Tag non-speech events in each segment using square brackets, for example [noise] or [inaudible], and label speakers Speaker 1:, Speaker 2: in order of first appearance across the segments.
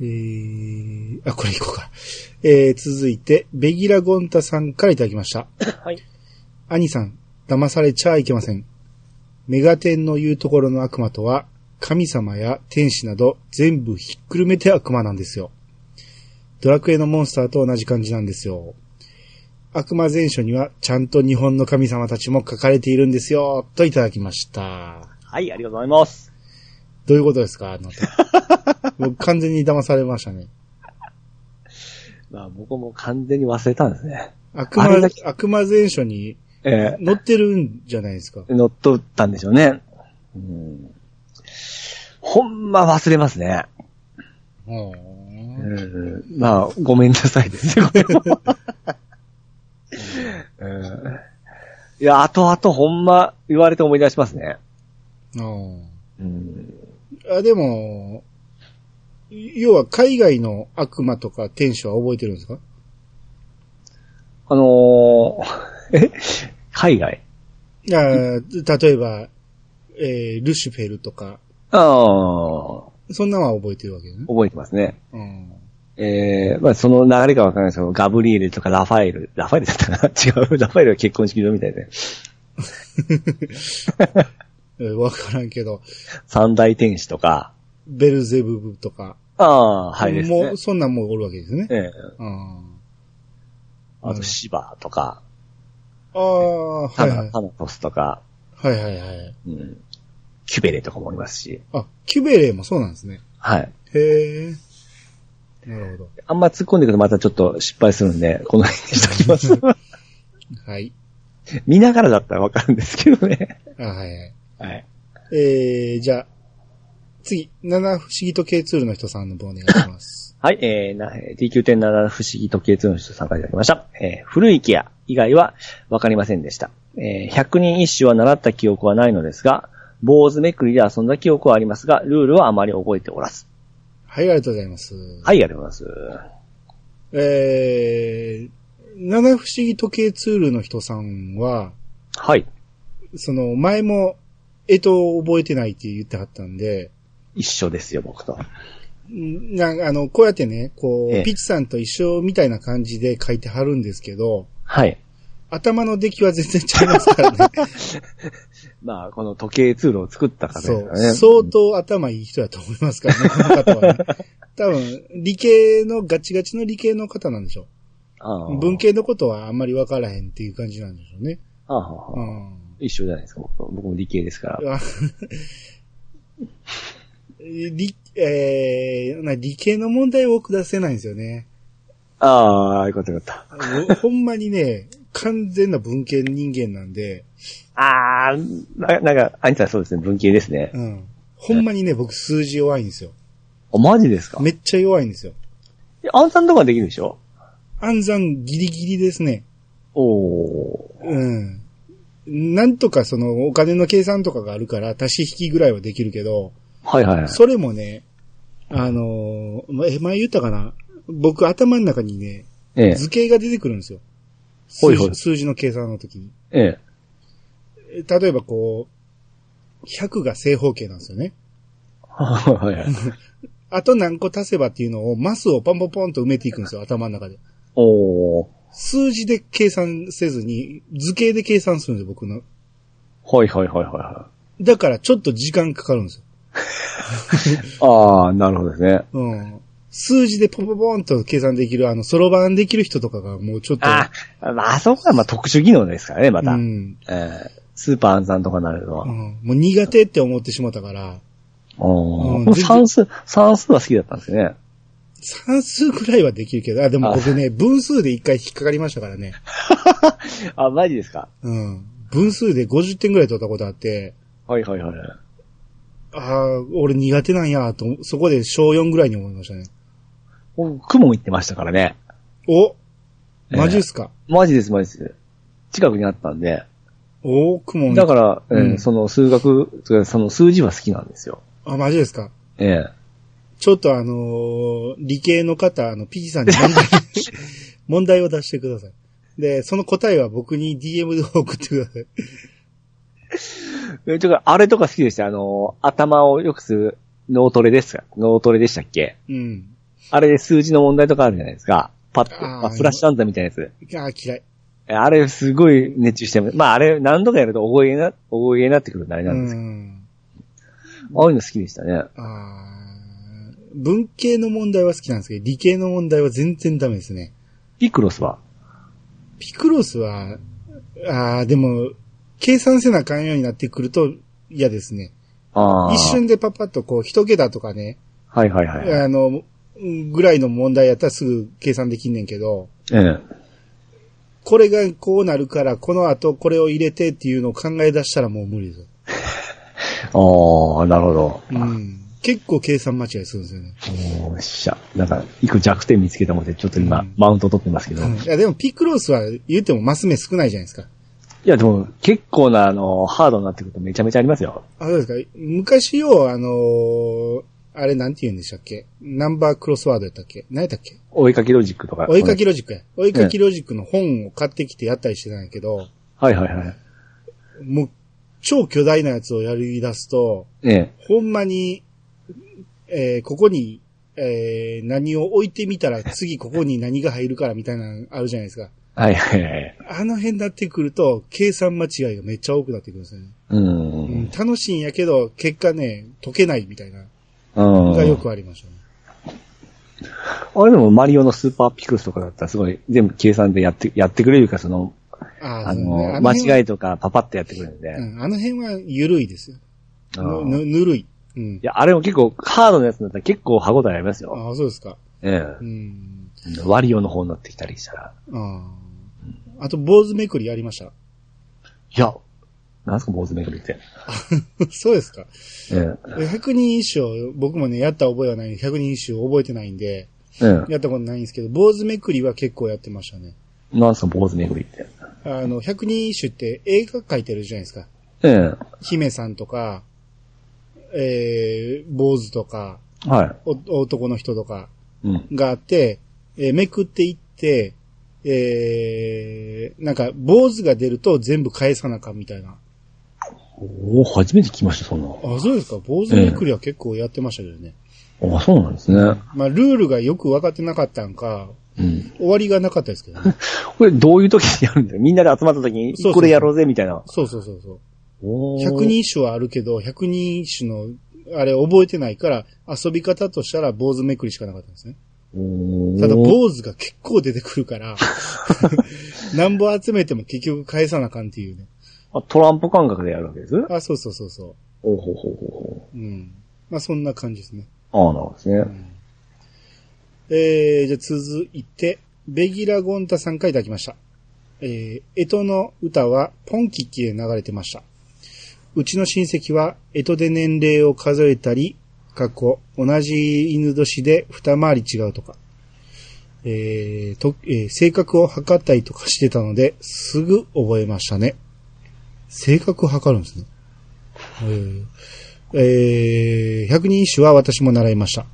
Speaker 1: えー、あ、これいこうか。えー、続いて、ベギラゴンタさんからいただきました。
Speaker 2: はい。
Speaker 1: 兄さん、騙されちゃいけません。メガテンの言うところの悪魔とは、神様や天使など全部ひっくるめて悪魔なんですよ。ドラクエのモンスターと同じ感じなんですよ。悪魔全書にはちゃんと日本の神様たちも書かれているんですよ、といただきました。
Speaker 2: はい、ありがとうございます。
Speaker 1: どういうことですかあなた。もう完全に騙されましたね。
Speaker 2: まあ、僕も完全に忘れたんですね。
Speaker 1: 悪魔
Speaker 2: あれだ、け
Speaker 1: 悪魔全書に
Speaker 2: え
Speaker 1: 載ってるんじゃないですか。
Speaker 2: ー、乗っ取ったんでしょうね。うん。ほんま忘れますね。
Speaker 1: うん
Speaker 2: うん。まあ、ごめんなさいです [laughs] ね、これもうんいや、後々ほんま言われて思い出しますね。
Speaker 1: うん
Speaker 2: うん。
Speaker 1: あ、でも、い要は海外の悪魔とか天使は覚えてるんですか
Speaker 2: あのー、 [laughs] え海外
Speaker 1: あー例えば、えールシフェルとか、
Speaker 2: ああ、
Speaker 1: そんなのは覚えてるわけね。
Speaker 2: 覚えてますね。
Speaker 1: うん。
Speaker 2: えー、まあその流れかわかんないですけど、ガブリエルとかラファエル、ラファエルだったかな [laughs] 違う、ラファエルは結婚式場みたいで。
Speaker 1: えーわからんけど、
Speaker 2: 三大天使とか、
Speaker 1: ベルゼブブとか、
Speaker 2: ああ、はいですね。
Speaker 1: もう、そんなんもおるわけですね。
Speaker 2: ええ
Speaker 1: うん
Speaker 2: あと、シバとか、
Speaker 1: ああ、は
Speaker 2: タ
Speaker 1: い
Speaker 2: ナ、
Speaker 1: はい。
Speaker 2: タナトスとか、
Speaker 1: はいはいはい。
Speaker 2: うん、キュベレとかもおりますし、
Speaker 1: あ、キュベレーもそうなんですね。
Speaker 2: はい。
Speaker 1: へえ。なるほ
Speaker 2: あんま突っ込んでいくとまたちょっと失敗するんで、この辺にしときます。
Speaker 1: ど。はい。 [laughs]
Speaker 2: 見ながらだったらわかるんですけどね。
Speaker 1: あはいはい。
Speaker 2: はい。
Speaker 1: えー、じゃあ、次、七不思議と K2 の人さんの分お願いし [laughs] ます。
Speaker 2: はい、えー、な、TQ.7 不思議時計通の人さんからいただきました。えー、古いケア以外はわかりませんでした。えー、100人一首は習った記憶はないのですが、坊主めくりで遊んだ記憶はありますが、ルールはあまり覚えておらず。
Speaker 1: はい、ありがとうございます。
Speaker 2: はい、ありがとうございます。
Speaker 1: えー、七不思議時計ツールの人さんは、
Speaker 2: はい。
Speaker 1: その、前も、えと覚えてないって言ってはったんで、
Speaker 2: 一緒ですよ、僕と。
Speaker 1: んなあの、こうやってね、こう、
Speaker 2: ええ
Speaker 1: ピッチさんと一緒みたいな感じで書いてはるんですけど、
Speaker 2: はい。
Speaker 1: 頭の出来は全然違いますからね。
Speaker 2: まあ、この時計通路を作った方です
Speaker 1: そ
Speaker 2: か
Speaker 1: う
Speaker 2: らね。。
Speaker 1: 相当頭いい人だと思いますからね、この方は
Speaker 2: [laughs]
Speaker 1: ね。多分、理系の、ガチガチの理系の方なんでしょ
Speaker 2: あ
Speaker 1: う。
Speaker 2: ー
Speaker 1: 文。系のことはあんまり分からへんっていう感じなんでしょうね。
Speaker 2: あー
Speaker 1: うん。
Speaker 2: 一緒じゃないですか、僕と僕も理系ですから。
Speaker 1: あ [laughs] 理、えー、な理系の問題を出せないんですよ
Speaker 2: [laughs]
Speaker 1: ね。
Speaker 2: ああ、よかったよかった。
Speaker 1: ほほんまにね、完全な文系人間なんで、
Speaker 2: ああ、ななんか、アニさんそうですね、文系ですね。
Speaker 1: うん。ほんまにね、僕数字弱いんですよ。
Speaker 2: あ、マジですか
Speaker 1: めっちゃ弱いんですよ。
Speaker 2: え暗算とかできるでしょ
Speaker 1: 暗算ギリギリですね。
Speaker 2: おお
Speaker 1: うん。なんとかそのお金の計算とかがあるから足し引きぐらいはできるけど、
Speaker 2: ー。はいはいはい。
Speaker 1: それもね、あのーまえ、前言ったかな僕頭の中にね、
Speaker 2: ええ。
Speaker 1: 図形が出てくるんですよ。
Speaker 2: ほ
Speaker 1: 数
Speaker 2: いほい
Speaker 1: 字数字の計算の時に。
Speaker 2: ええ。
Speaker 1: え例えばこう、100が正方形なんですよね。
Speaker 2: はいはい。
Speaker 1: あと何個足せばっていうのを、マスをポンポンポンと埋めていくんですよ、頭の中で。
Speaker 2: おお
Speaker 1: 数字で計算せずに、図形で計算するんですよ、僕の。
Speaker 2: はいはいはいはいは
Speaker 1: だからちょっと時間かかるんですよ。
Speaker 2: い。ああ、なるほどですね。
Speaker 1: うん。数字でポポポンと計算できる、あの、そろばんできる人とかがもうちょっと、
Speaker 2: ああ、まあそこはまあ特殊技能ですからね、また。
Speaker 1: うん、
Speaker 2: ええスーパー暗算とかになるのは。
Speaker 1: うん。もう苦手って思ってしまったから、
Speaker 2: お
Speaker 1: う
Speaker 2: お、
Speaker 1: ん
Speaker 2: もう算数、算数は好きだったんですね。
Speaker 1: 算数くらいはできるけど、あ、でも
Speaker 2: あ
Speaker 1: 僕ね、分数で一回引っかかりましたからね。
Speaker 2: あ、マジですか
Speaker 1: うん。分数で50点くらい取ったことあって、
Speaker 2: はいはいはい。
Speaker 1: ああ、俺苦手なんや、と、そこで小4ぐらいに思いましたね。
Speaker 2: 僕、雲行ってましたからね。
Speaker 1: お
Speaker 2: ええ
Speaker 1: マジっすか、
Speaker 2: マジですマジです。近くにあったんで。
Speaker 1: おー、雲
Speaker 2: だから、ええ
Speaker 1: うん
Speaker 2: その数学、その数字は好きなんですよ。
Speaker 1: あ、マジですか
Speaker 2: ええ
Speaker 1: ちょっとあのー理系の方、あの、ピーさんに問
Speaker 2: [laughs]
Speaker 1: 題、問題を出してください。で、その答えは僕に DM で送ってください。
Speaker 2: え、ちょっと、あれとか好きでした。あの、頭を良くする脳トレですか脳トレでしたっけ
Speaker 1: うん。
Speaker 2: あれで数字の問題とかあるじゃないですか。パッと、
Speaker 1: あー
Speaker 2: まあフラッシュ暗算みたいなやつ。
Speaker 1: ああ、嫌い。
Speaker 2: えあれ、すごい熱中してます。まあ、あれ、何度かやると、覚えな、覚えになってくるのあれ
Speaker 1: う
Speaker 2: なんですけ
Speaker 1: ん。
Speaker 2: ど、ああいうの好きでしたね。
Speaker 1: あー文系の問題は好きなんですけど、理系の問題は全然ダメですね。
Speaker 2: ピクロスは。
Speaker 1: ピクロスは、ああ、でも、計算せなあかんようになってくると嫌ですね。
Speaker 2: ああ。
Speaker 1: 一。瞬でパパッとこう、一桁とかね、
Speaker 2: はいはいはい。え
Speaker 1: あの、ぐらいの問題やったらすぐ計算できんねんけど、
Speaker 2: え。
Speaker 1: これがこうなるから、この後これを入れてっていうのを考え出したらもう無理ですよ。
Speaker 2: ああ、なるほど。
Speaker 1: うん。結構計算間違いするんですよね。
Speaker 2: おっしゃ。なんか、一個弱点見つけたもんで、ちょっと今、
Speaker 1: うん
Speaker 2: マウント取ってますけど。
Speaker 1: うんいや、でもピクロスは言ってもマス目少ないじゃないですか。
Speaker 2: いや、でも、結構な、あの、ハードになってくるとめちゃめちゃありますよ。
Speaker 1: あ、そうですか。昔よ、あのーあれなんて言うんでしたっけナンバークロスワードやったっけ何やったっけ
Speaker 2: 追いかけロジックとか。
Speaker 1: 追いかけロジックや。追いかけロジックの本を買ってきてやったりしてたんやけど、
Speaker 2: はいはいはい。
Speaker 1: もう、超巨大なやつをやり出すと、
Speaker 2: ええ。
Speaker 1: ほんまに、えーここに、えー何を置いてみたら次ここに何が入るからみたいなのあるじゃないですか。
Speaker 2: はいはいはい。
Speaker 1: あの辺になってくると、計算間違いがめっちゃ多くなってくるんですよね。
Speaker 2: う
Speaker 1: うんん、。楽しいんやけど、結果ね、解けないみたいな、
Speaker 2: うん。
Speaker 1: がよくありましたね。
Speaker 2: あれでもマリオのスーパーピクルスとかだったらすごい全部計算でやって、やってくれるか、その、
Speaker 1: あ
Speaker 2: あの、間違いとかパパッとやってくれるんで。
Speaker 1: いうん、あの辺は緩いですよ。
Speaker 2: あ
Speaker 1: ぬ
Speaker 2: ー
Speaker 1: ぬ
Speaker 2: い
Speaker 1: ぬるい。うん。
Speaker 2: や、あれも結構ハードなやつだったら結構歯応えありますよ。
Speaker 1: ああ、そうですか。
Speaker 2: え
Speaker 1: うん。
Speaker 2: え。ワリオの方になってきたりしたら。
Speaker 1: ああ。あと、坊主めくりやりました。 [laughs]
Speaker 2: いや、なんすか、坊主めくりって。
Speaker 1: そうですか。
Speaker 2: ええ。
Speaker 1: 100人一首、僕もね、やった覚えはない。100人一首覚えてないんで、
Speaker 2: ええ。
Speaker 1: やったことないんですけど、坊主めくりは結構やってましたね。
Speaker 2: なんすか、坊主めくりって。
Speaker 1: あの、100人一首って映画描いてるじゃないですか。
Speaker 2: ええ。
Speaker 1: 姫さんとか、えー、坊主とか、
Speaker 2: は
Speaker 1: お男の人とか
Speaker 2: い。うん。
Speaker 1: があって、えーめくっていって、えー、なんか、坊主が出ると全部返さなあかんみたいな。
Speaker 2: おお初めて聞きました、そんな。
Speaker 1: あ、そうですか。坊主めくりは結構やってましたけどね。
Speaker 2: あ、そうなんですね。
Speaker 1: まあ、ルールがよく分かってなかったんか、
Speaker 2: うん。
Speaker 1: 終わりがなかったですけどね。
Speaker 2: これどういう時にやるんだよ。みんなで集まった時に
Speaker 1: そうそう、
Speaker 2: これやろうぜ、みたいな。
Speaker 1: そうそうそうそう。
Speaker 2: おー
Speaker 1: 100人一首はあるけど、100人一首の、あれ覚えてないから、遊び方としたら坊主めくりしかなかったんですね。
Speaker 2: おー
Speaker 1: ただ、坊主が結構出てくる
Speaker 2: [laughs]
Speaker 1: から、なんぼ集めても結局返さなあかんっていうね。
Speaker 2: あトランプ感覚でやるわけです
Speaker 1: あ、そうそうそうそ
Speaker 2: おほほほ
Speaker 1: う。うん。まあ、そんな感じですね。
Speaker 2: ほ。ああ、なるほどですね。
Speaker 1: えー、じゃあ続いて、ベギラ・ゴンタさんからいただきました。えー、江戸の歌はポンキッキで流れてました。うちの親戚は、江戸で年齢を数えたり、過去、同じ犬年で二回り違うとか、えーと、えー性格を測ったりとかしてたので、すぐ覚えましたね。性格を測るんですね。えー、えー、百人一首は私も習いました。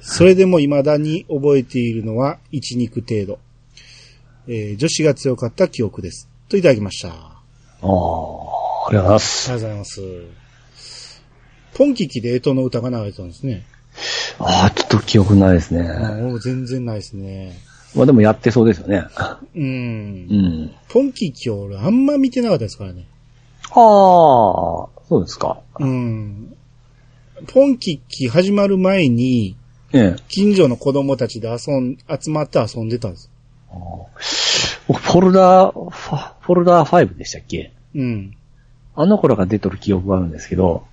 Speaker 1: それでも未だに覚えているのは1、2区程度。えー女子が強かった記憶です。といただきました。あ
Speaker 2: ああ、ありがとうございます。
Speaker 1: りがとうございます。ポンキキでエトの歌が流れてたんですね。
Speaker 2: ああ、ちょっと記憶ないですね。
Speaker 1: あー全然ないですね。
Speaker 2: まあでもやってそうですよね。
Speaker 1: う。
Speaker 2: うんん。
Speaker 1: ポンキキを俺あんま見てなかったですからね。
Speaker 2: ああ、そうですか。
Speaker 1: うん。ポンキキ始まる前に、
Speaker 2: ええ。
Speaker 1: 近所の子供たちで遊ん、集まって遊んでたんです。
Speaker 2: 僕、フォルダー、ファフォルダー5でしたっけ
Speaker 1: うん。
Speaker 2: あの頃が出とる記憶があるんですけど、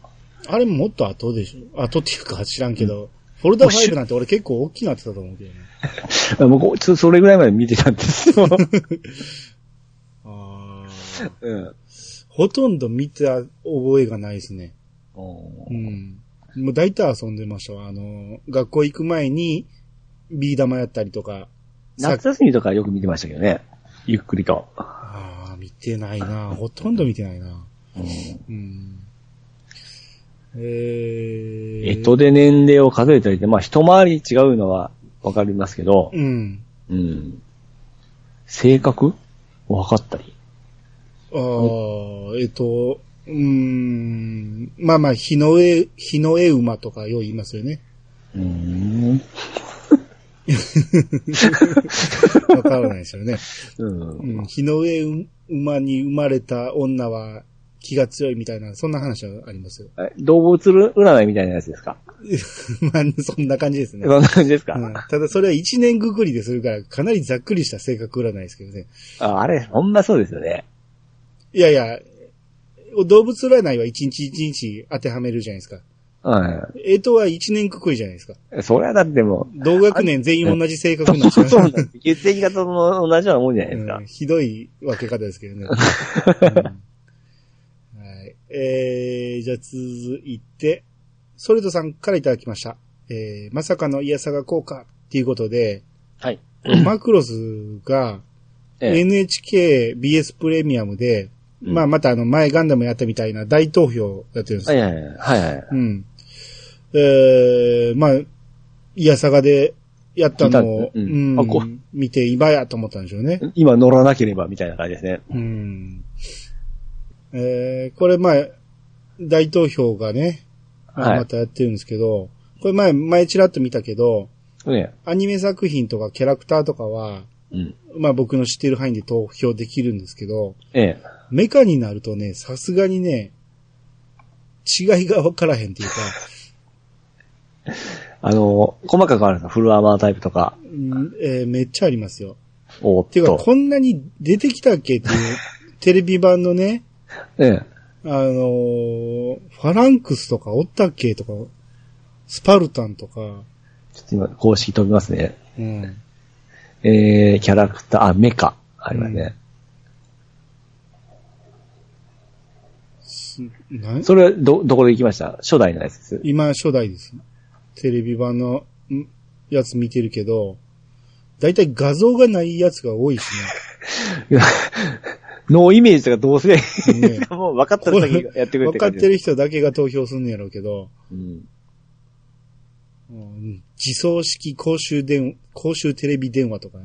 Speaker 1: あれもっと後でしょ後っていうか知らんけど、フォルダ5なんて俺結構大きなってたと思うけどね。
Speaker 2: 僕、ちょそれぐらいまで見てたんです
Speaker 1: [laughs]
Speaker 2: よ。
Speaker 1: あー
Speaker 2: うん。
Speaker 1: ほとんど見た覚えがないですね。うん。もう大体遊んでましたわ。あの、学校行く前に、ビー玉やったりとか。さ
Speaker 2: 夏休みとかよく見てましたけどね。ゆっくりと。
Speaker 1: ああ、見てないな。ほとんど見てないな。
Speaker 2: うん
Speaker 1: うん。えー。
Speaker 2: えっとで年齢を数えたりって、まあ一回り違うのはわかりますけど、
Speaker 1: うん。
Speaker 2: うん。性格わかったり。
Speaker 1: ああ、えっと、うーん。まあまあ、日の絵、日の絵馬とかよう言いますよね。
Speaker 2: うん。
Speaker 1: わからないですよね。
Speaker 2: うん
Speaker 1: う。ん。日の上馬に生まれた女は気が強いみたいな、そんな話はありますよ。 [laughs]
Speaker 2: え動物占いみたいなやつですか
Speaker 1: まあ、そんな感じですね。
Speaker 2: そんな感じですか、
Speaker 1: うんただそれは一年ぐくりでするから、かなりざっくりした性格占いですけどね。
Speaker 2: ああれ、ほんまそうですよね。
Speaker 1: いやいや、動物占いは一日一日当てはめるじゃないですか。
Speaker 2: う
Speaker 1: えとは一年くくりじゃないですか。
Speaker 2: ん。それはだっても
Speaker 1: 同学年全員同じ性
Speaker 2: う、
Speaker 1: 格
Speaker 2: そ
Speaker 1: になっちゃ
Speaker 2: うそう [laughs] なん
Speaker 1: う。
Speaker 2: です。血液型も同じようなもんじゃないですか
Speaker 1: うん。ひどい分け方ですけど
Speaker 2: [laughs]
Speaker 1: ね。うんはい、えー、じゃあ続いて、ソルトさんからいただきました。えー、まさかのイヤサガ効果っていうことで、
Speaker 2: はい。
Speaker 1: マクロスが
Speaker 2: ええ
Speaker 1: NHKBS プレミアムで、
Speaker 2: うん
Speaker 1: まあまたあの前ガンダムやったみたいな大投票やってるんです
Speaker 2: はいはいはいはいはい。
Speaker 1: うん。えー、まあ、イヤサガでやったのを、
Speaker 2: 見たんで
Speaker 1: う
Speaker 2: すね
Speaker 1: ん
Speaker 2: うんあこ
Speaker 1: 見て今やと思ったんでしょうね。
Speaker 2: 今乗らなければみたいな感じですね。
Speaker 1: うん。えー、これまあ、大投票がね、まあ
Speaker 2: はい
Speaker 1: またやってるんですけど、これ前、前ちらっと見たけど、
Speaker 2: ね。
Speaker 1: アニメ作品とかキャラクターとかは、
Speaker 2: うん。
Speaker 1: まあ僕の知ってる範囲で投票できるんですけど、
Speaker 2: ええ。
Speaker 1: メカになるとね、さすがにね、違いが分からへんっていうか、
Speaker 2: あの、細かくあるんですかフルアーマータイプとか。
Speaker 1: うんえーめっちゃありますよ。
Speaker 2: おー
Speaker 1: て
Speaker 2: っ
Speaker 1: か、
Speaker 2: と。
Speaker 1: こんなに出てきたっけっていう、テレビ版のね、
Speaker 2: ええ。
Speaker 1: あのーファランクスとかおったっけとか、スパルタンとか、
Speaker 2: ちょっと今、公式飛びますね。
Speaker 1: うん。
Speaker 2: えー、キャラクター、あ、メカ。ありますね。
Speaker 1: すな
Speaker 2: それ、ど、どこで行きました初代のやつです。 [laughs]
Speaker 1: 今、初代です。テレビ版のんやつ見てるけど、だいたい画像がないやつが多いし
Speaker 2: ノーイメージとかどうすればい [laughs] いん
Speaker 1: ね
Speaker 2: ですかもう分かった
Speaker 1: ね。
Speaker 2: ら先やってくれ
Speaker 1: 分
Speaker 2: って
Speaker 1: かっ
Speaker 2: 感じ
Speaker 1: て
Speaker 2: で
Speaker 1: る人だけが投票すんのやろうけど、
Speaker 2: うん。
Speaker 1: うん自走式公衆電、公衆テレビ電話とか、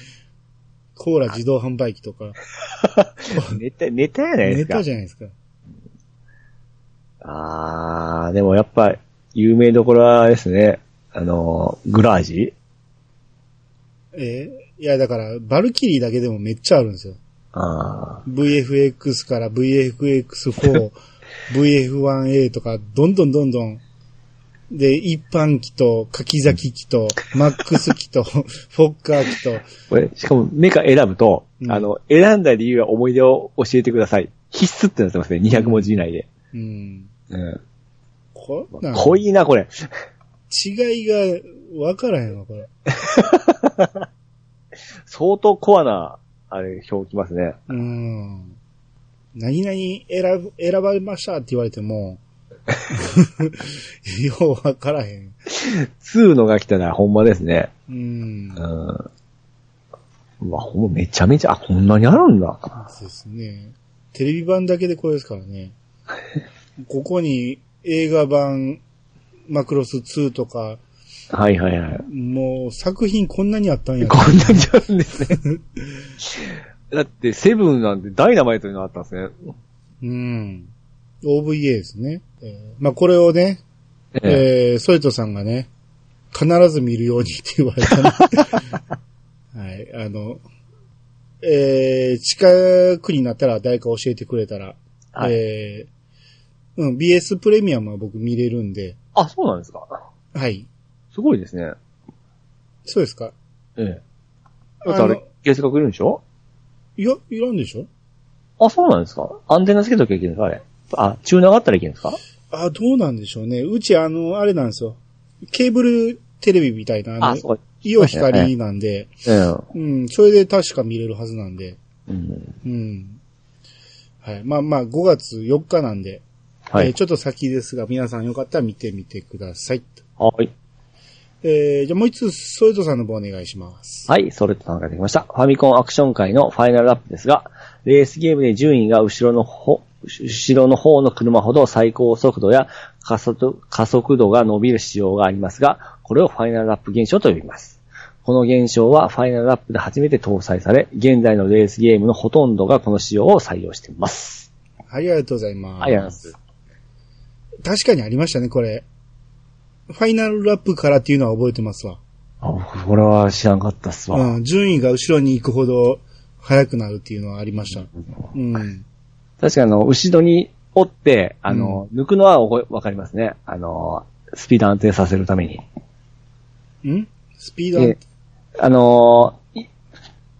Speaker 1: [laughs] コーラ自動販売機とか、
Speaker 2: ネタ、ネタやないで
Speaker 1: ネ
Speaker 2: すか
Speaker 1: タ。じゃないですか。
Speaker 2: あー、でもやっぱ、有名どころはですね、あの、グラージ
Speaker 1: えーいや、だから、バルキリーだけでもめっちゃあるんですよ。
Speaker 2: あ
Speaker 1: VFX から [laughs] VFX4、VF1A とか、どんどんどんどん。で、一般機と、柿崎機 [laughs] と、マックス機 [laughs] と、フォッカー機と、
Speaker 2: ー。これ、しかもメカ選ぶと、
Speaker 1: うん
Speaker 2: あの、選んだ理由は思い出を教えてください。必須ってなってますね、200文字以内で。
Speaker 1: うん。
Speaker 2: うん。
Speaker 1: こんなん、
Speaker 2: 濃いな、これ。
Speaker 1: 違いがわからへんわ、これ。
Speaker 2: 相当コアな、あれ、表きますね。
Speaker 1: うん。何々選ぶ、選ばれましたって言われて [laughs] も、ようわからへん。
Speaker 2: 2のが来たらほんまですね。
Speaker 1: うん。
Speaker 2: う
Speaker 1: で
Speaker 2: ん。うわ、ほんまめちゃめちゃ、あ、こんなにあるんだ。
Speaker 1: すね。テレビ版だけでこれですからね。ここに映画版、マクロス2とか、
Speaker 2: はいはいはい。
Speaker 1: もう作品こんなにあったんや。
Speaker 2: こんなにあるんですね。
Speaker 1: [laughs]
Speaker 2: だって、セブンなんてダイナマイトになったんですね。
Speaker 1: うん。OVA ですね。えーまあこれをね、
Speaker 2: ええ
Speaker 1: えー、ソエトさんがね、必ず見るようにって言われたんではい、あの、えー、近くになったら誰か教えてくれたら、
Speaker 2: はい
Speaker 1: えー、うん、BS プレミアムは僕見れるんで、
Speaker 2: あ、そうなんですか。
Speaker 1: はい、
Speaker 2: すごいですね。
Speaker 1: そうですか
Speaker 2: ええ。だってあ
Speaker 1: あの
Speaker 2: れ、月額いるんでしょ
Speaker 1: いや、いらんでしょ
Speaker 2: あ、そうなんですか。アンテナつけときゃいけないんですかあれ。あ、チューナーがあったらいけないんですか
Speaker 1: あ、どうなんでしょうね。うち、あの、あれなんですよ。ケーブルテレビみたいな、あの
Speaker 2: あ、そう。
Speaker 1: イオ光なんで、
Speaker 2: え
Speaker 1: う
Speaker 2: え。
Speaker 1: ん、それで確か見れるはずなんで、
Speaker 2: うん。
Speaker 1: うん。はい。まあまあ、5月4日なんで、
Speaker 2: は
Speaker 1: えー
Speaker 2: い。
Speaker 1: ちょっと先ですが、皆さんよかったら見てみてください。
Speaker 2: はい。
Speaker 1: えーじゃあもう一つ、ソイトさんの方お願いします。
Speaker 2: はい、それと考えてきました。ファミコンアクション界のファイナルラップですが、レースゲームで順位が後ろの方、後ろの方の車ほど最高速度や加速加速度が伸びる仕様がありますが、これをファイナルラップ現象と呼びます。この現象はファイナルラップで初めて搭載され、現在のレースゲームのほとんどがこの仕様を採用しています。
Speaker 1: はい、ありがとうございます。
Speaker 2: はい、ありがとうございます。
Speaker 1: 確かにありましたね、これ。ファイナルラップからっていうのは覚えてますわ。
Speaker 2: あ僕、これは知らんかったっすわ。
Speaker 1: うん、順位が後ろに行くほど速くなるっていうのはありました。うん。
Speaker 2: 確かにあの、後ろに折って、あの、抜くのはおわかりますね。あの、スピード安定させるために。
Speaker 1: んスピードアッ
Speaker 2: で
Speaker 1: プ。、
Speaker 2: あのー、い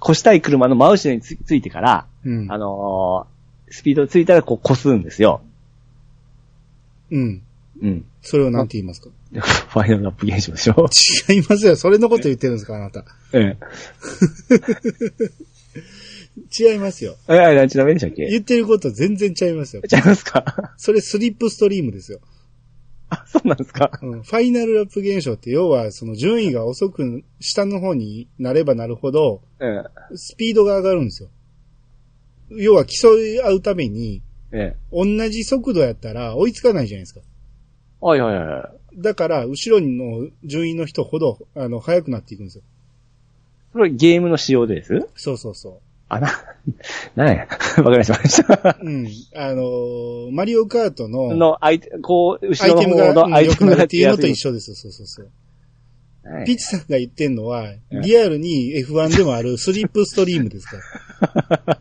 Speaker 2: 越したい車の真後ろにつついてから、
Speaker 1: うん
Speaker 2: あ。のー、スピードついたらこう越すんですよ。
Speaker 1: うん。
Speaker 2: うん。 [laughs]
Speaker 1: それをなんて言いますか
Speaker 2: ファイナルラップ現象でしょ [laughs]
Speaker 1: 違いますよ。それのこと言ってるんですかあなた。
Speaker 2: え
Speaker 1: 違いますよ。
Speaker 2: え。え、あれ、ダメでしたっけ
Speaker 1: 言ってること全然違いますよ。
Speaker 2: ちゃいますか [laughs]
Speaker 1: それスリップストリームですよ。
Speaker 2: あ、そうなんですか
Speaker 1: うん。ファイナルラップ現象って要は、その順位が遅く、下の方になればなるほど、
Speaker 2: ええ。
Speaker 1: スピードが上がるんですよ。要は競い合うために、
Speaker 2: ええ。
Speaker 1: 同じ速度やったら追いつかないじゃないですか。
Speaker 2: はいはいはい。
Speaker 1: だから、後ろの順位の人ほど、あの、速くなっていくんですよ。
Speaker 2: それゲームの仕様です
Speaker 1: そうそうそ
Speaker 2: あ、な、なんや。わ [laughs] かりましたわかりました。
Speaker 1: う。うん。あのーマリオカートの、
Speaker 2: の、相手、こう、
Speaker 1: ア
Speaker 2: 後
Speaker 1: イ
Speaker 2: ろ
Speaker 1: テ
Speaker 2: の
Speaker 1: ム
Speaker 2: 方
Speaker 1: がうん
Speaker 2: のアイ
Speaker 1: 良
Speaker 2: テ
Speaker 1: く
Speaker 2: ム
Speaker 1: なる
Speaker 2: が
Speaker 1: っていうのと一
Speaker 2: 緒。
Speaker 1: 緒ですよ。そうそうそう。
Speaker 2: はい
Speaker 1: ピッチさんが言ってんのは、
Speaker 2: うん
Speaker 1: リアルに F1 でもあるスリップストリームです
Speaker 2: [laughs]
Speaker 1: から。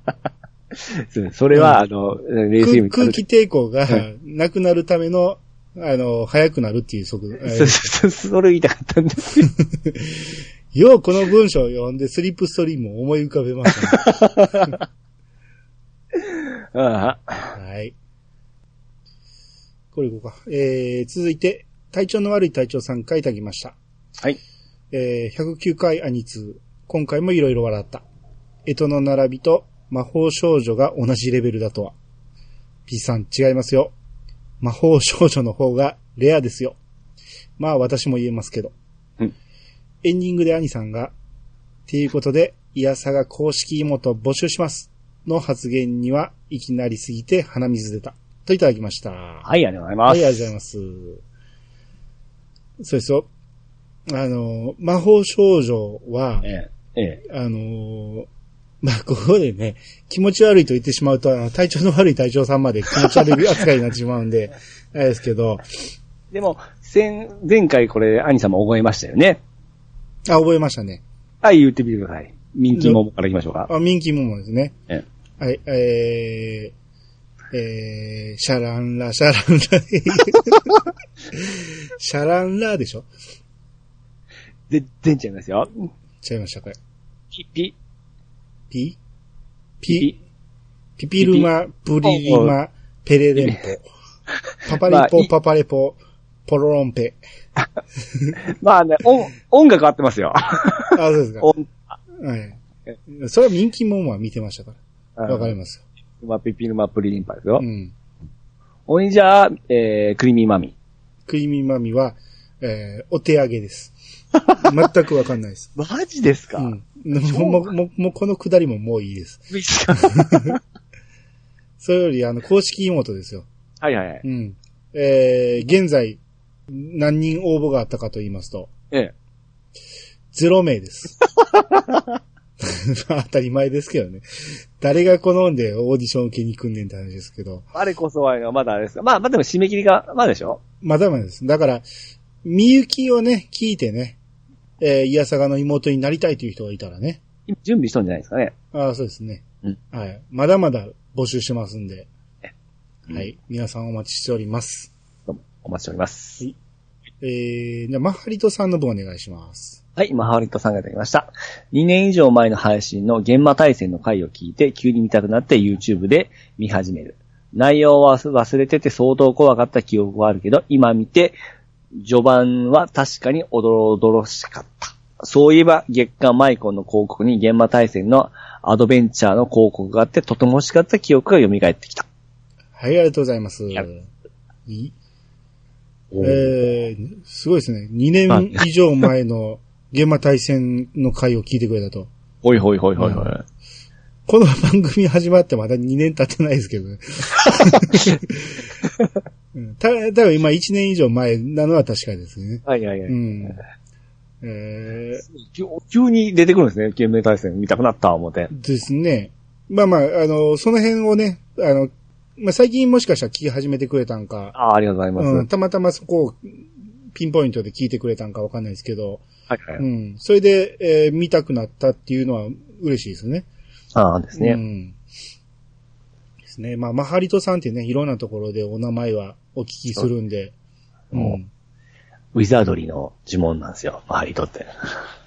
Speaker 2: そうそれは、あの、レースゲーム
Speaker 1: 空
Speaker 2: にあ
Speaker 1: 空
Speaker 2: る
Speaker 1: 気抵抗が
Speaker 2: は
Speaker 1: なくなるための、あの、速くなるっていう速度。え
Speaker 2: そう
Speaker 1: ー
Speaker 2: そう [laughs] そう、それ言いたかったんですよ。
Speaker 1: ようこの文章を読んでスリップストリームを思い浮かべましたね。
Speaker 2: あ
Speaker 1: はい。これいこうか。えー、続いて、体調の悪い隊長さんからいただきました。
Speaker 2: はい。
Speaker 1: えー、109回アニツー。今回もいろいろ笑った。えとの並びと魔法少女が同じレベルだとは。P さん違いますよ。魔法少女の方がレアですよ。まあ私も言えますけど。
Speaker 2: うん
Speaker 1: エンディングでアニさんが、ていうことで、イヤサが公式妹を募集します。の発言にはいきなりすぎて鼻水出た。といただきました。は
Speaker 2: はい、ありがとうございます。
Speaker 1: い、ありがとうございます。そうですよ。あの、魔法少女は、
Speaker 2: ええ、ええ。
Speaker 1: あのーまあ、ここでね、気持ち悪いと言ってしまうと、あの、体調の悪い隊長さんまで気持ち悪い扱いになってしまうん
Speaker 2: [laughs]
Speaker 1: で、あれですけど、
Speaker 2: でも、先、前回これ、兄様覚えましたよね。
Speaker 1: あ、覚えましたね。
Speaker 2: はい、言ってみてください。民金もからいきましょうか。
Speaker 1: あ、ミンキーモモですね。
Speaker 2: え
Speaker 1: はい、えー、えー、シャランラ、シャランラ、 [laughs] シャランラでしょ
Speaker 2: え全然違いますよ。
Speaker 1: ちゃいましたか
Speaker 2: ピピ、
Speaker 1: ピ
Speaker 2: ピ
Speaker 1: ピ、ピピルマ、ブリリマ、ペレレンポ、パパ
Speaker 2: まあ
Speaker 1: リポ
Speaker 2: い、
Speaker 1: パパレポ、ポロロンペ。
Speaker 2: まあね、音、音楽合っ
Speaker 1: [laughs]
Speaker 2: てますよ。
Speaker 1: あ、そうですか。
Speaker 2: 音、
Speaker 1: はい。それは人気もんは見てましたから。わかり
Speaker 2: ま
Speaker 1: ますよ。
Speaker 2: す。まあ、ピピのマプリリンパですよ
Speaker 1: う。ん。
Speaker 2: おにじゃあ、えー、クリーミーマミ。
Speaker 1: クリーミーマミは、えー、お手上げです。全くわかんないで
Speaker 2: [laughs]
Speaker 1: す。
Speaker 2: マジですか [laughs]
Speaker 1: うん。もう、もう、もう、このくだりももういいです。それより、あの、公式妹ですよ。
Speaker 2: はいはいはい。
Speaker 1: うん。えー、現在、何人応募があったかと言いますと、
Speaker 2: ええ。
Speaker 1: ゼロ名です。まあ当たり前ですけどね。誰が好んでオーディション受けに行くんねんって話ですけど。
Speaker 2: あれこそは、まだあれですか。まあ、まあでも締め切りが、まだでしょ
Speaker 1: まだまだです。だから、みゆきをね、聞いてね、えー、いやさがの妹になりたいという人がいたらね。
Speaker 2: 準備しとんじゃないですかね。
Speaker 1: ああ、そうですね。
Speaker 2: うん
Speaker 1: はい。まだまだ募集してますんで。
Speaker 2: うん
Speaker 1: はい。皆さんお待ちしております。
Speaker 2: どうも、お待ちしております。
Speaker 1: えー、じゃあ、マハリトさんの分お願いします。
Speaker 2: はい、マハリットさんがいただきました。2年以上前の配信の現場対戦の回を聞いて、急に見たくなって YouTube で見始める。内容は忘れてて相当怖かった記憶はあるけど、今見て、序盤は確かにおどろおどろしかった。そういえば、月刊マイコンの広告に現場対戦のアドベンチャーの広告があって、とても欲しかった記憶が蘇ってきた。
Speaker 1: はい、ありがとうございます。
Speaker 2: や
Speaker 1: いえー、すごいですね。2年以上前の現場対戦の回を聞いてくれたと。
Speaker 2: ほいほいほい
Speaker 1: ほいほいこの番組始まってまだ2年経ってないですけど
Speaker 2: [laughs]
Speaker 1: ね。うんた、多分今1年以上前なのは確かですね。
Speaker 2: はいはいは
Speaker 1: う
Speaker 2: い。
Speaker 1: ん。え
Speaker 2: 急急に出てくるんですね、現場対戦見たくなった思って。
Speaker 1: ー、ですね。まあまあ、あの、その辺をね、あの、まあ最近もしかしたら聞き始めてくれたんか、
Speaker 2: ああ、ありがとうございます。
Speaker 1: うん、たまたまそこをピンポイントで聞いてくれたんかわかんないですけど、
Speaker 2: はいは
Speaker 1: う
Speaker 2: い。
Speaker 1: ん。それで、えー見たくなったっていうのは嬉しいですね。
Speaker 2: ああですね。
Speaker 1: うん。ですね。まあ、マハリトさんってね、いろんなところでお名前はお聞きするんで。う
Speaker 2: も
Speaker 1: ん。
Speaker 2: ウィザードリーの呪文なんですよ。マハリトって。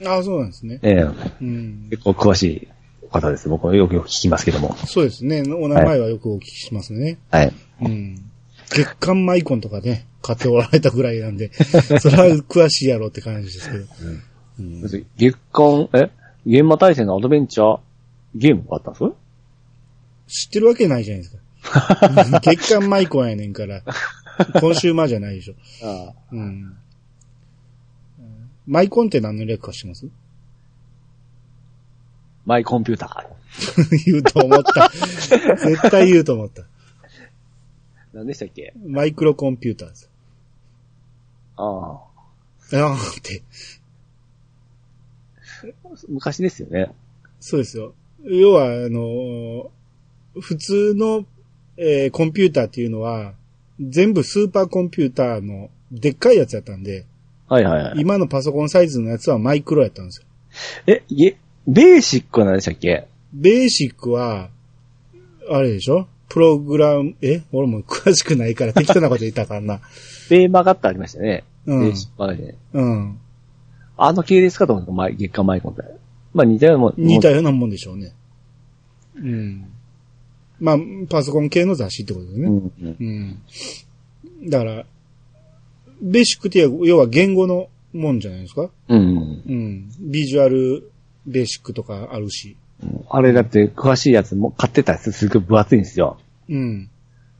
Speaker 1: ああ、そうなんですね。
Speaker 2: ええ
Speaker 1: うん。
Speaker 2: 結構詳しい方です。僕はよくよく聞きますけども。
Speaker 1: そうですね。お名前はよくお聞きしますね。
Speaker 2: はい。
Speaker 1: うん。月刊マイコンとかね、買っておられたぐらいなんで、 [laughs] それは詳しいやろって感じですけど。
Speaker 2: 月刊、え現場対戦のアドベンチャーゲームがあったんです
Speaker 1: 知ってるわけないじゃないですか。 [laughs] 月刊マイコンやねんから、今週まじゃないでしょ。
Speaker 2: ああ。
Speaker 1: うん。マイコンって何の略かしてます [laughs]
Speaker 2: マイコンピューター。
Speaker 1: 言うと思った。
Speaker 2: [laughs]
Speaker 1: 絶対言うと思った。
Speaker 2: 何でしたっけ
Speaker 1: マイクロコンピューターです。
Speaker 2: ああ。
Speaker 1: あーって。
Speaker 2: 昔ですよね。
Speaker 1: そうですよ。要は、あのー普通の、えーコンピューターっていうのは、全部スーパーコンピューターのでっかいやつやったんで、
Speaker 2: はいはいはい。
Speaker 1: 今のパソコンサイズのやつはマイクロやったんですよ。
Speaker 2: え、いえ、ベーシックは何でしたっけ
Speaker 1: ベーシックは、あれでしょプログラム、え俺も詳しくないから適当なこと言ったからな。
Speaker 2: ベーマガッタありましたよね。
Speaker 1: うん
Speaker 2: ベーシックマガね。
Speaker 1: うん。
Speaker 2: あの系列かと思ったマイ月刊マイコンって。まあ似たようなもん。
Speaker 1: 似たようなもんでしょうね。うん。まあ、パソコン系の雑誌ってことです
Speaker 2: う
Speaker 1: ね。
Speaker 2: んうん。
Speaker 1: うん。だから、ベーシックって要は言語のもんじゃないですか
Speaker 2: うんうん。
Speaker 1: うん。ビジュアルベーシックとかあるし。
Speaker 2: あれだって詳しいやつも買ってたやつすごい分厚いんですよ。
Speaker 1: うん。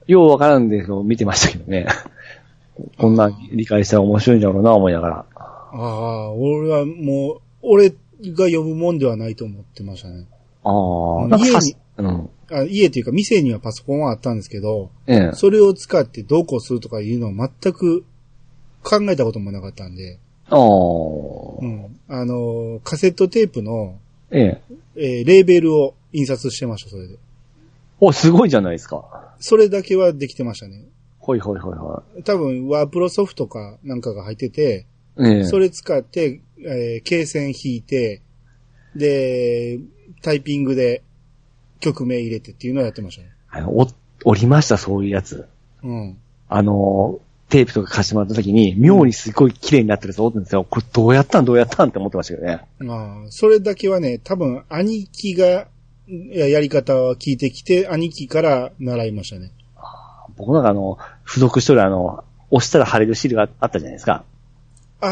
Speaker 2: ようわからんですけど、見てましたけどね。 [laughs] こんな理解したら面白いんだろうな、思いながら。
Speaker 1: ああ、俺はもう、俺が読むもんではないと思ってましたね。
Speaker 2: ああ、なんか
Speaker 1: 家
Speaker 2: さ
Speaker 1: に
Speaker 2: うん。
Speaker 1: あ家というか店にはパソコンはあったんですけど、
Speaker 2: ええ。
Speaker 1: それを使ってどうこうするとかいうのは全く考えたこともなかったんで、
Speaker 2: ああ
Speaker 1: う、ん。あの、カセットテープの、
Speaker 2: ええ。
Speaker 1: えーレーベルを印刷してました、それで。
Speaker 2: お、すごいじゃないですか。
Speaker 1: それだけはできてましたね。
Speaker 2: ほいほいほいほ
Speaker 1: 多分、ワープロソフトかなんかが入ってて、
Speaker 2: い。ええ。
Speaker 1: それ使って、えー、罫線引いて、で、タイピングで曲名入れてっていうのをやってましたね。
Speaker 2: あの、お、おりました、そういうやつ。
Speaker 1: うん。
Speaker 2: あの、テープとか貸してもらった時に、妙にすごい綺麗になってるやつおったんですよ。これどうやったんどうやったんって思ってましたけどね。
Speaker 1: ああ、それだけはね、多分、兄貴が、いややり方は聞いてきて、兄貴から習いましたね。
Speaker 2: 僕なんかあの、付属しとるあの、押したら貼れるシールがあったじゃないですか。
Speaker 1: あ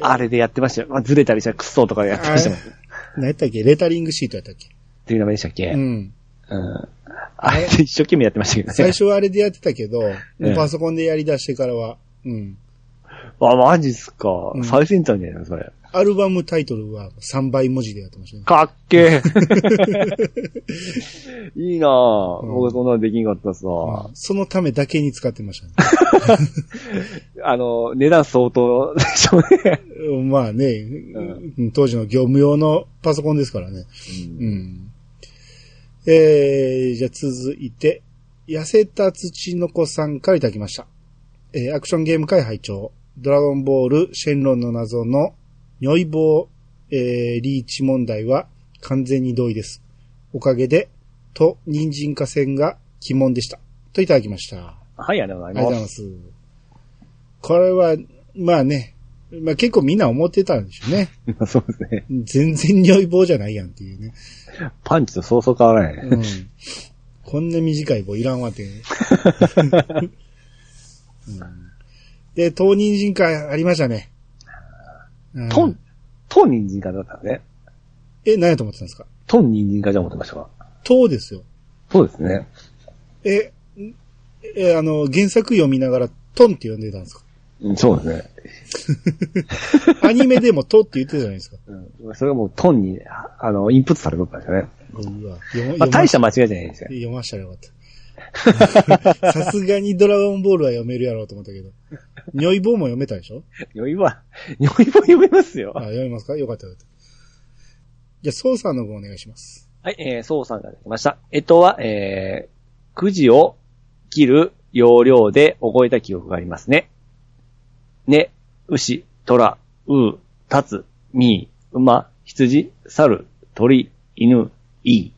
Speaker 1: あ、
Speaker 2: あれでやってましたよ。まあ、ずれたりしたらクソとかでやってましたもん。っ
Speaker 1: 何やったっけレタリングシートやったっけ
Speaker 2: ていう名前でしたっけ、う、
Speaker 1: うんん。
Speaker 2: あれで一生懸命やってましたけどね。
Speaker 1: 最初はあれでやってたけど、
Speaker 2: ええ
Speaker 1: パソコンでやり出してからは、うん。
Speaker 2: あ、マジっすか。
Speaker 1: ん
Speaker 2: 最先端じゃないのそれ。
Speaker 1: アルバムタイトルは3倍文字でやってましたね。
Speaker 2: かっけえ。 [laughs] いいなぁ、
Speaker 1: うん
Speaker 2: 僕そんなのできんかったっすわ。
Speaker 1: そのためだけに使ってましたね。
Speaker 2: あの、値段相当でしょうね。
Speaker 1: うんまあね、うん当時の業務用のパソコンですからね。うん。えー、じゃあ続いて、痩せた土の子さんからいただきました。えー、アクションゲーム会拝聴ドラゴンボール、シェンロンの謎の、如意棒、えー、リーチ問題は完全に同意です。おかげで、と、人参化線が鬼門でした。といただきました。
Speaker 2: はい、ありがとうご
Speaker 1: あり
Speaker 2: ざ
Speaker 1: が
Speaker 2: い
Speaker 1: とうご
Speaker 2: ま
Speaker 1: ざい
Speaker 2: す。
Speaker 1: ます。これは、まあね、まあ結構みんな思ってたんでしょうね。
Speaker 2: [laughs] そうですね。
Speaker 1: 全然尿意棒じゃないやんっていうね。
Speaker 2: パンチとそうそう変わらない。
Speaker 1: うん。こんな短い棒いらんわって。
Speaker 2: [laughs]
Speaker 1: うんで、当人参会ありましたね。うん
Speaker 2: トン、トン人参化だったね。
Speaker 1: え、何やと思ってたんですか
Speaker 2: トン人参化じゃ思ってましたわ。
Speaker 1: 当ですよ。
Speaker 2: そうですね。
Speaker 1: え、んえ、あの、原作読みながらトンって呼んでたんです
Speaker 2: [laughs]
Speaker 1: か
Speaker 2: うんそうですね。
Speaker 1: アニメでもトって言ってたじゃないですか。
Speaker 2: うん、それがもうトンに、ああの、インプットされとったんですよね。
Speaker 1: うわ、読ま
Speaker 2: まあ、
Speaker 1: 読ま
Speaker 2: 大した間違いじゃないんですよ。
Speaker 1: 読ましたらよかった。 [laughs] さすがにドラゴンボールは読めるやろうと思った
Speaker 2: [laughs]
Speaker 1: けど。如意棒も読めたでしょ
Speaker 2: 余裕は、余裕は読めますよ
Speaker 1: あ、。読めますかよかったよかった。じゃあ、操作の方お願いします。
Speaker 2: はい、えー、そうさんができました。えっとは、えー、くじを切る要領で覚えた記憶がありますね。ね、牛、虎、う、たつ、み、馬、羊、猿、鳥、犬、い。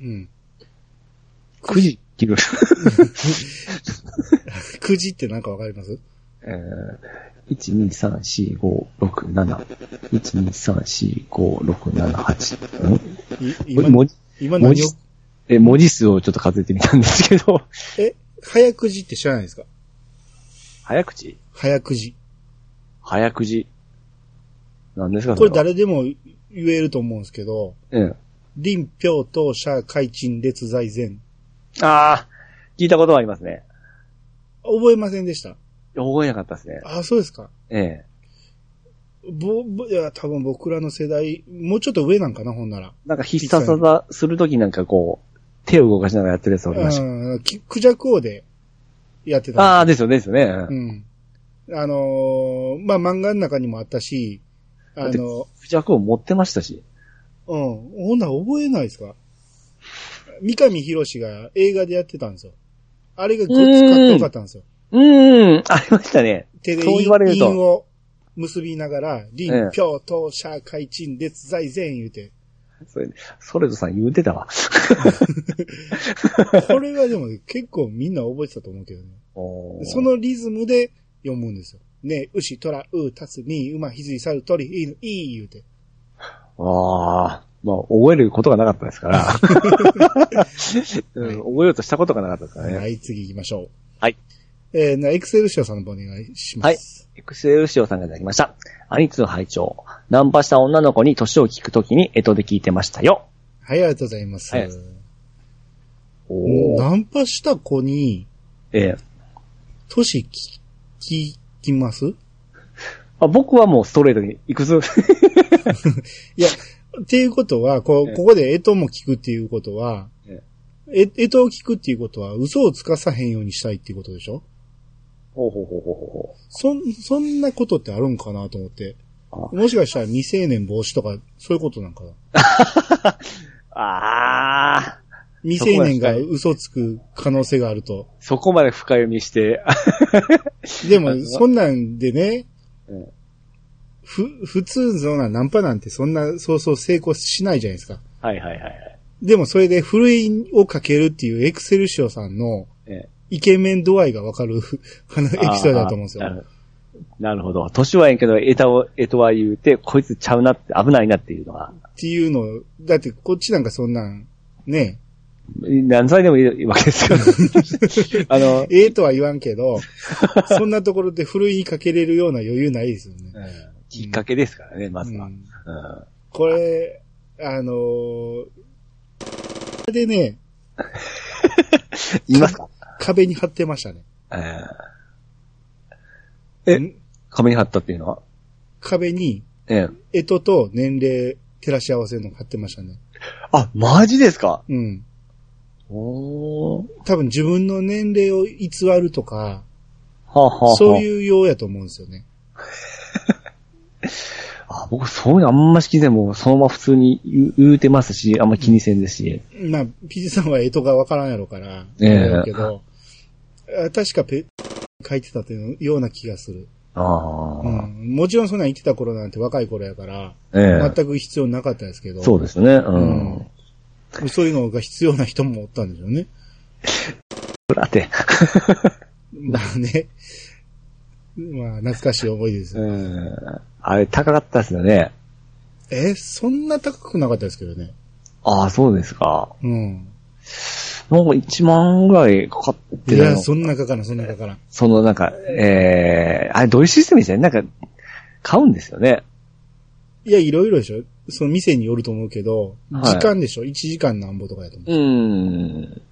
Speaker 1: うん。
Speaker 2: くじ、切る。
Speaker 1: くじってなんかわかります
Speaker 2: [laughs] えー、
Speaker 1: い
Speaker 2: 1,2,3,4,5,6,7,1,2,3,4,5,6,7,8ん
Speaker 1: 今
Speaker 2: 文字
Speaker 1: 今
Speaker 2: 文
Speaker 1: 何
Speaker 2: 字
Speaker 1: を、
Speaker 2: え、文字数をちょっと数えてみたんですけど、
Speaker 1: え、早くじって知らないですか
Speaker 2: [laughs] 早口
Speaker 1: 早くじ。
Speaker 2: 早くじ。何ですか
Speaker 1: これ
Speaker 2: は
Speaker 1: 誰でも言えると思うんですけど、
Speaker 2: うん。
Speaker 1: 林氷当社海鎮列財前。
Speaker 2: ああ、聞いたことはありますね。
Speaker 1: 覚えませんでした。
Speaker 2: 覚えなかったですね。
Speaker 1: あ、そうですか。
Speaker 2: ええ。
Speaker 1: ぼ、ぼ、いや、多分僕らの世代、もうちょっと上なんかな、ほんなら。
Speaker 2: なんか必殺技するときなんかこう、手を動かしながらやってるやつおりました。
Speaker 1: うん、きクジャク王でやってた。
Speaker 2: ああ、ですよね、ですよね。うん
Speaker 1: うん。あのーまあ、漫画の中にもあったし、あ
Speaker 2: だって
Speaker 1: の、
Speaker 2: クジャクを持ってましたし。
Speaker 1: うん、ほんなら覚えないですか三上博史が映画でやってたんですよ。あれがごっつかっこよかったんですよ。
Speaker 2: うーん、ありましたね。
Speaker 1: 手で
Speaker 2: そう言われる
Speaker 1: 韻
Speaker 2: と。
Speaker 1: を結びながら、林
Speaker 2: ええ、
Speaker 1: 氷、当、社、海、鎮、列、財、前言うて。
Speaker 2: それソレドさん言うてたわ。
Speaker 1: これはでも
Speaker 2: [laughs]
Speaker 1: ね結構みんな覚えてたと思うけどね。
Speaker 2: おー
Speaker 1: そ、のリズムで読むんですよ。ね、牛、虎、う、たつ、み、馬、ひずい、さる、鳥、犬、いい、言うて。
Speaker 2: ああ、まあ、覚えることがなかったで
Speaker 1: [laughs]
Speaker 2: すから。うん覚えようとしたことがなかったですから
Speaker 1: は
Speaker 2: ね。
Speaker 1: い、次行きましょう。
Speaker 2: はい。
Speaker 1: えー、な、エクセル社さんの方お願いします。
Speaker 2: エクセルシオさんがいただきました。アニツの拝聴ナンパした女の子に年を聞くときにエトで聞いてましたよ。
Speaker 1: はい。ありがとうございます。
Speaker 2: はい
Speaker 1: もう
Speaker 2: ー
Speaker 1: ナンパした子に、
Speaker 2: ええ
Speaker 1: 年聞き、聞きますい
Speaker 2: あ。僕はもうストレートに、いくつ
Speaker 1: や、っていうことは、こ
Speaker 2: え
Speaker 1: う、
Speaker 2: え
Speaker 1: ここでえとも聞くっていうことは
Speaker 2: え、
Speaker 1: え、えとを聞くっていうことは、嘘をつかさへんようにしたいっていうことでしょ
Speaker 2: ほうほうほうほうほうほう。
Speaker 1: そん、そんなことってあるんかなと思って。
Speaker 2: あ
Speaker 1: もしかしたら未成年防止とか、そういうことなんかな。
Speaker 2: ああ、
Speaker 1: 未成年が
Speaker 2: そこは
Speaker 1: 嘘つく可能性があると。
Speaker 2: そこまで深読みして、
Speaker 1: でも、そんなんでね
Speaker 2: うん、
Speaker 1: ふ、普通のなナンパなんてそんな、そうそう成功しないじゃないですか。
Speaker 2: はいはいはいはい。
Speaker 1: でもそれで、ふるいをかけるっていうエクセルシオさんの
Speaker 2: ええ
Speaker 1: イケメン度合いがわかる [laughs] あのエピソードだと思うんですよ
Speaker 2: あ。ー。なるほど。年はええけど、えたを、えとは言うて、こいつちゃうなって、危ないなっていうのは、
Speaker 1: っていうのを、だってこっちなんかそんなん、ね、
Speaker 2: 何歳でもいいわけ [laughs] ですよ。あの、
Speaker 1: ええとは言わんけ
Speaker 2: [laughs]
Speaker 1: ど、そんなところでふるいにかけれるような余裕ないですよね。
Speaker 2: きっかけですからね、まずは。
Speaker 1: う
Speaker 2: うん
Speaker 1: んこれ、あのーでね、
Speaker 2: 言いますか
Speaker 1: 壁に貼ってましたね。
Speaker 2: ええ
Speaker 1: ん
Speaker 2: 紙に貼ったっていうのは
Speaker 1: 壁に、
Speaker 2: ええ。
Speaker 1: えとと年齢照らし合わせるの貼ってましたね。
Speaker 2: あ、マジですか
Speaker 1: うん。
Speaker 2: おー。
Speaker 1: 多分自分の年齢を偽るとか、
Speaker 2: はあ、はあはあ、
Speaker 1: そう
Speaker 2: う。
Speaker 1: いうようやと思うんですよね。
Speaker 2: あ僕、そういうのあんま好きでも、そのまま普通に言う言うてますし、あんま気にせんですし。
Speaker 1: まあ、ピジさんはえとがわからんやろから、
Speaker 2: ええ
Speaker 1: あれやけど、あ確かペ、書いてたというような気がする。
Speaker 2: ああ、
Speaker 1: うん。もちろんそんなん言ってた頃なんて若い頃やから、
Speaker 2: ええ
Speaker 1: 全く必要なかったですけど、
Speaker 2: そうですね。うん。
Speaker 1: うんそういうのが必要な人もおったんでしょうね。
Speaker 2: だって。
Speaker 1: まあね。まあ、懐かしい思い出ですよ。
Speaker 2: うん。 [laughs] あれ、高かったですよね。
Speaker 1: え、そんな高くなかったですけどね。
Speaker 2: ああ、そうですか。
Speaker 1: うん。
Speaker 2: なんか1万ぐらいかかって
Speaker 1: い
Speaker 2: た
Speaker 1: や、
Speaker 2: の
Speaker 1: そんなかからん、そんなかからん。
Speaker 2: そのなんか、ええあれどういうシステムでしたねなんか、買うんですよね。
Speaker 1: いや、いろいろでしょ。その店によると思うけど、
Speaker 2: はい
Speaker 1: 時間でしょ ?1 時間なんぼとかやと思う。
Speaker 2: うん。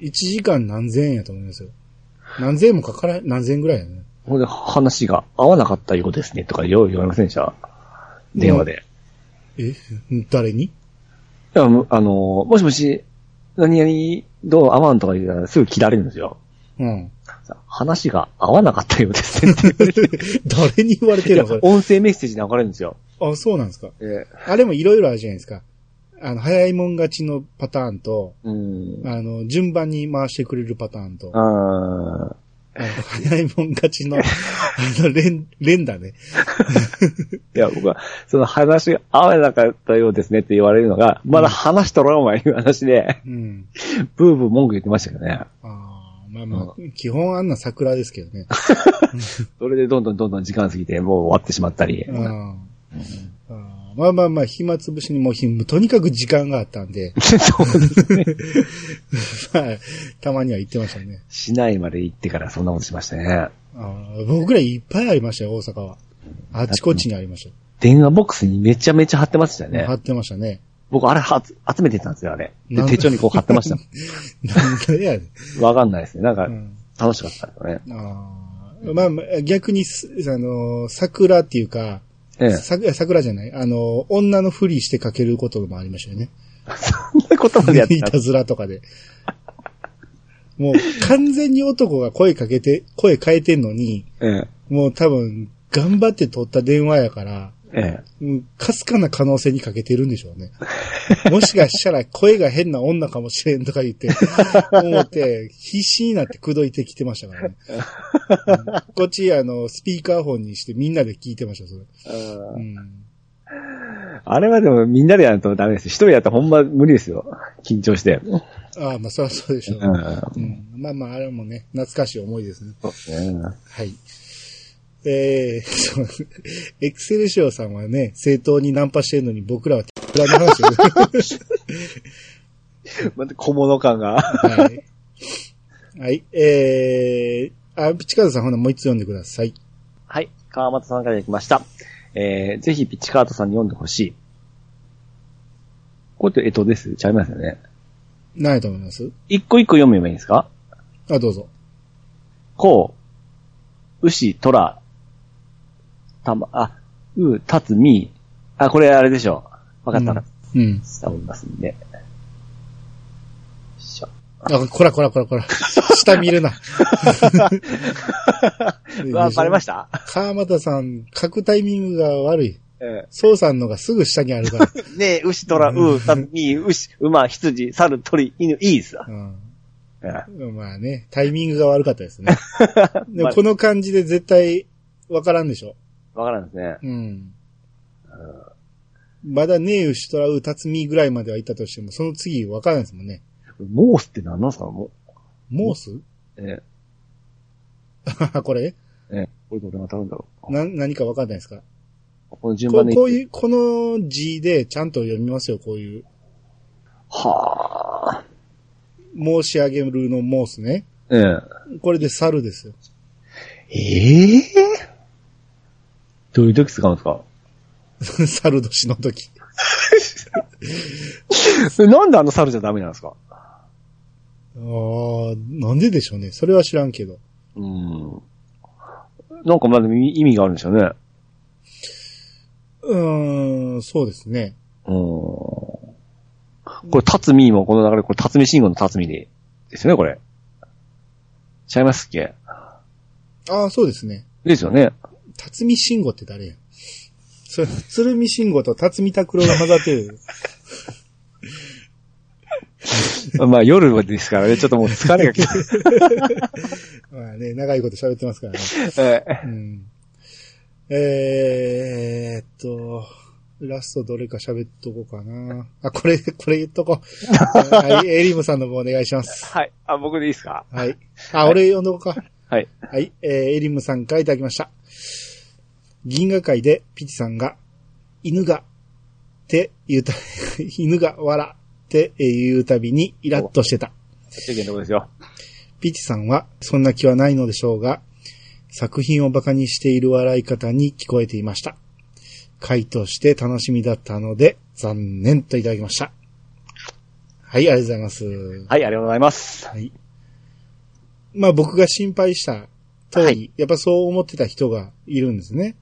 Speaker 1: 1時間何千円やと思いますよ。何千円もかからん、何千円ぐらいやね。
Speaker 2: ほんで、話が合わなかったようですね、とかよう言われませんでした電話で。
Speaker 1: え誰に
Speaker 2: いやむあの、もしもし、何々、どう合わんとか言うたらすぐ切られるんですよ。
Speaker 1: うん。 [laughs]
Speaker 2: 話が合わなかったようですねって言われて
Speaker 1: 誰に言われてるの
Speaker 2: い
Speaker 1: そ
Speaker 2: や
Speaker 1: れ。
Speaker 2: 音声メッセージ流れるんですよ。
Speaker 1: あ、そうなんですか。
Speaker 2: ええ
Speaker 1: あれもいろいろあるじゃないですか。あの、早いもん勝ちのパターンと、
Speaker 2: うん。
Speaker 1: あの、順番に回してくれるパターンと。
Speaker 2: あー
Speaker 1: あの、早いもん勝ちの、あの、連、連だね。
Speaker 2: いや、僕は、その話が合わなかったようですねって言われるのが、まだ話しとろお前いう話で、
Speaker 1: うん。
Speaker 2: ブーブー文句言ってましたけどね。
Speaker 1: ああ、まあまあ、基本あんな桜ですけど [laughs] ね。
Speaker 2: それでどんどんどんどん時間過ぎて、もう終わってしまったり。
Speaker 1: ああああまあまあまあ、暇つぶしにもうひ、とにかく時間があったん [laughs] で、
Speaker 2: [laughs] そうですね。
Speaker 1: まあ、たまには行ってましたね。
Speaker 2: 市内まで行ってからそんなことしましたね。
Speaker 1: ああ僕らいっぱいありましたよ、大阪は。あちこちにありまし
Speaker 2: 電話ボックスにめちゃめちゃ貼ってました
Speaker 1: た。
Speaker 2: ね
Speaker 1: 貼。ってましたね。 [laughs]
Speaker 2: 僕あれは集めてたんですよ、あれ。で
Speaker 1: なん
Speaker 2: 手帳にこう貼ってま [laughs] した。
Speaker 1: なんだやね
Speaker 2: わかんないですね。なんか
Speaker 1: ん。うん
Speaker 2: 楽しかったですよね。
Speaker 1: ああまあまあ、逆にす、あの、桜っていうか、
Speaker 2: ええ。
Speaker 1: さ桜じゃないあの、女のふりしてかけることもありましたよね。
Speaker 2: そんなことまでやって
Speaker 1: い
Speaker 2: [laughs] た
Speaker 1: たずらとかで。もう完全に男が声かけて、声変えてんのに、
Speaker 2: ええ。
Speaker 1: もう多分、頑張って取った電話やから、
Speaker 2: ええ。
Speaker 1: うんかすかな可能性にかけてるんでしょうね。もしかしたら声が変な女かもしれんとか言って、思って、必死になって口説いてきてましたからね。うんこっち、あの、スピーカーフォンにしてみんなで聞いてました、それ。うん
Speaker 2: あれはでもみんなでやるとダメです。一人やったらほんま無理ですよ。緊張して。
Speaker 1: ああ、まあ、そりゃそうでしょう。
Speaker 2: うん。
Speaker 1: うんまあまあ、あれもね、懐かしい思いですね。
Speaker 2: そうですね。
Speaker 1: はい。えー、そう、エクセルシオさんはね、正当にナンパしてるのに僕らは、テラの話を、
Speaker 2: また小物感が。
Speaker 1: はい。はい、えー、あ、ピチカードさんほなもう一つ読んでください。
Speaker 2: [laughs] はい。川又さんからいただきました。えー、ぜひピッチカートさんに読んでほしい。これってえとですちゃいますよね。
Speaker 1: 何やと思います
Speaker 2: 一個一個読めばいいんですか
Speaker 1: あ、どうぞ。
Speaker 2: こう、牛、虎、たま、あ、う、たつ、み、あ、これあれでしょう。わかったな。
Speaker 1: うん。
Speaker 2: 伝わりますんで。よいしょ。
Speaker 1: あ、こらこらこらこら。下見るな。
Speaker 2: う [laughs] わ、バレました
Speaker 1: 川又さん、書くタイミングが悪い。
Speaker 2: え
Speaker 1: そうさんのがすぐ下にあるから。
Speaker 2: え。ねえ、牛、虎、う、たつ、み、牛、馬、羊、猿、鳥、犬、いいっすわ。
Speaker 1: うん
Speaker 2: ええ
Speaker 1: まあね、タイミングが悪かったです
Speaker 2: [laughs]
Speaker 1: ね。でも
Speaker 2: まあ
Speaker 1: この感じで絶対わからんでしょ。
Speaker 2: わからんですね。
Speaker 1: うん。まだねえ牛とらうたつみぐらいまでは行ったとしても、その次わからないですもんね。
Speaker 2: モースって何なんすかも
Speaker 1: モース
Speaker 2: う。え
Speaker 1: [laughs] これ
Speaker 2: え。ええ。これどれが当たるんだろう。
Speaker 1: な、何かわかんないですか
Speaker 2: この順
Speaker 1: こ
Speaker 2: 番
Speaker 1: う
Speaker 2: で。
Speaker 1: こういう、この字でちゃんと読みますよ、こういう。
Speaker 2: はあ。
Speaker 1: 申し上げるのモースね。
Speaker 2: え
Speaker 1: これで猿ですよ。 [laughs]
Speaker 2: え。ええどういう時使うんですか
Speaker 1: 猿年の時。
Speaker 2: えなんであの猿じゃダメなんですか
Speaker 1: ああ、なんででしょうね。それは知らんけど。
Speaker 2: うん。なんかまだ意味があるんでしょうね。
Speaker 1: うーん、そうですね。
Speaker 2: うん。これ、辰巳もこの流れ、これ、辰巳信号の辰巳で、ですよね、これ。ちゃいますっけ
Speaker 1: ああ、そうですね。
Speaker 2: ですよね。
Speaker 1: 辰巳慎吾って誰やん。それ、鶴見慎吾と辰巳拓郎が混ざってる。
Speaker 2: まあ、夜はですからね、ちょっともう疲れが来て。
Speaker 1: まあね、長いこと喋ってますからね。
Speaker 2: [laughs] ええ
Speaker 1: うん。えーっと、ラストどれか喋っとこうかな。あ、これ、これ言っとこう。はい、エリムさんの方お願いします。
Speaker 2: はい。あ、僕でいいですか
Speaker 1: はい。あ、俺読んどこうか。
Speaker 2: はい。
Speaker 1: はい、えー、エリムさんからいただきました。銀河会でピチさんが、犬が、って言うた、 [laughs] 犬が笑って言うたびにイラッとしてた。
Speaker 2: 世間のことですよ。
Speaker 1: ピチさんは、そんな気はないのでしょうが、作品を馬鹿にしている笑い方に聞こえていました。回として楽しみだったので、残念といただきました。はい、ありがとうございます。
Speaker 2: はい、ありがとうございます。
Speaker 1: はい。まあ僕が心配した通り、
Speaker 2: はい
Speaker 1: やっぱそう思ってた人がいるんですね。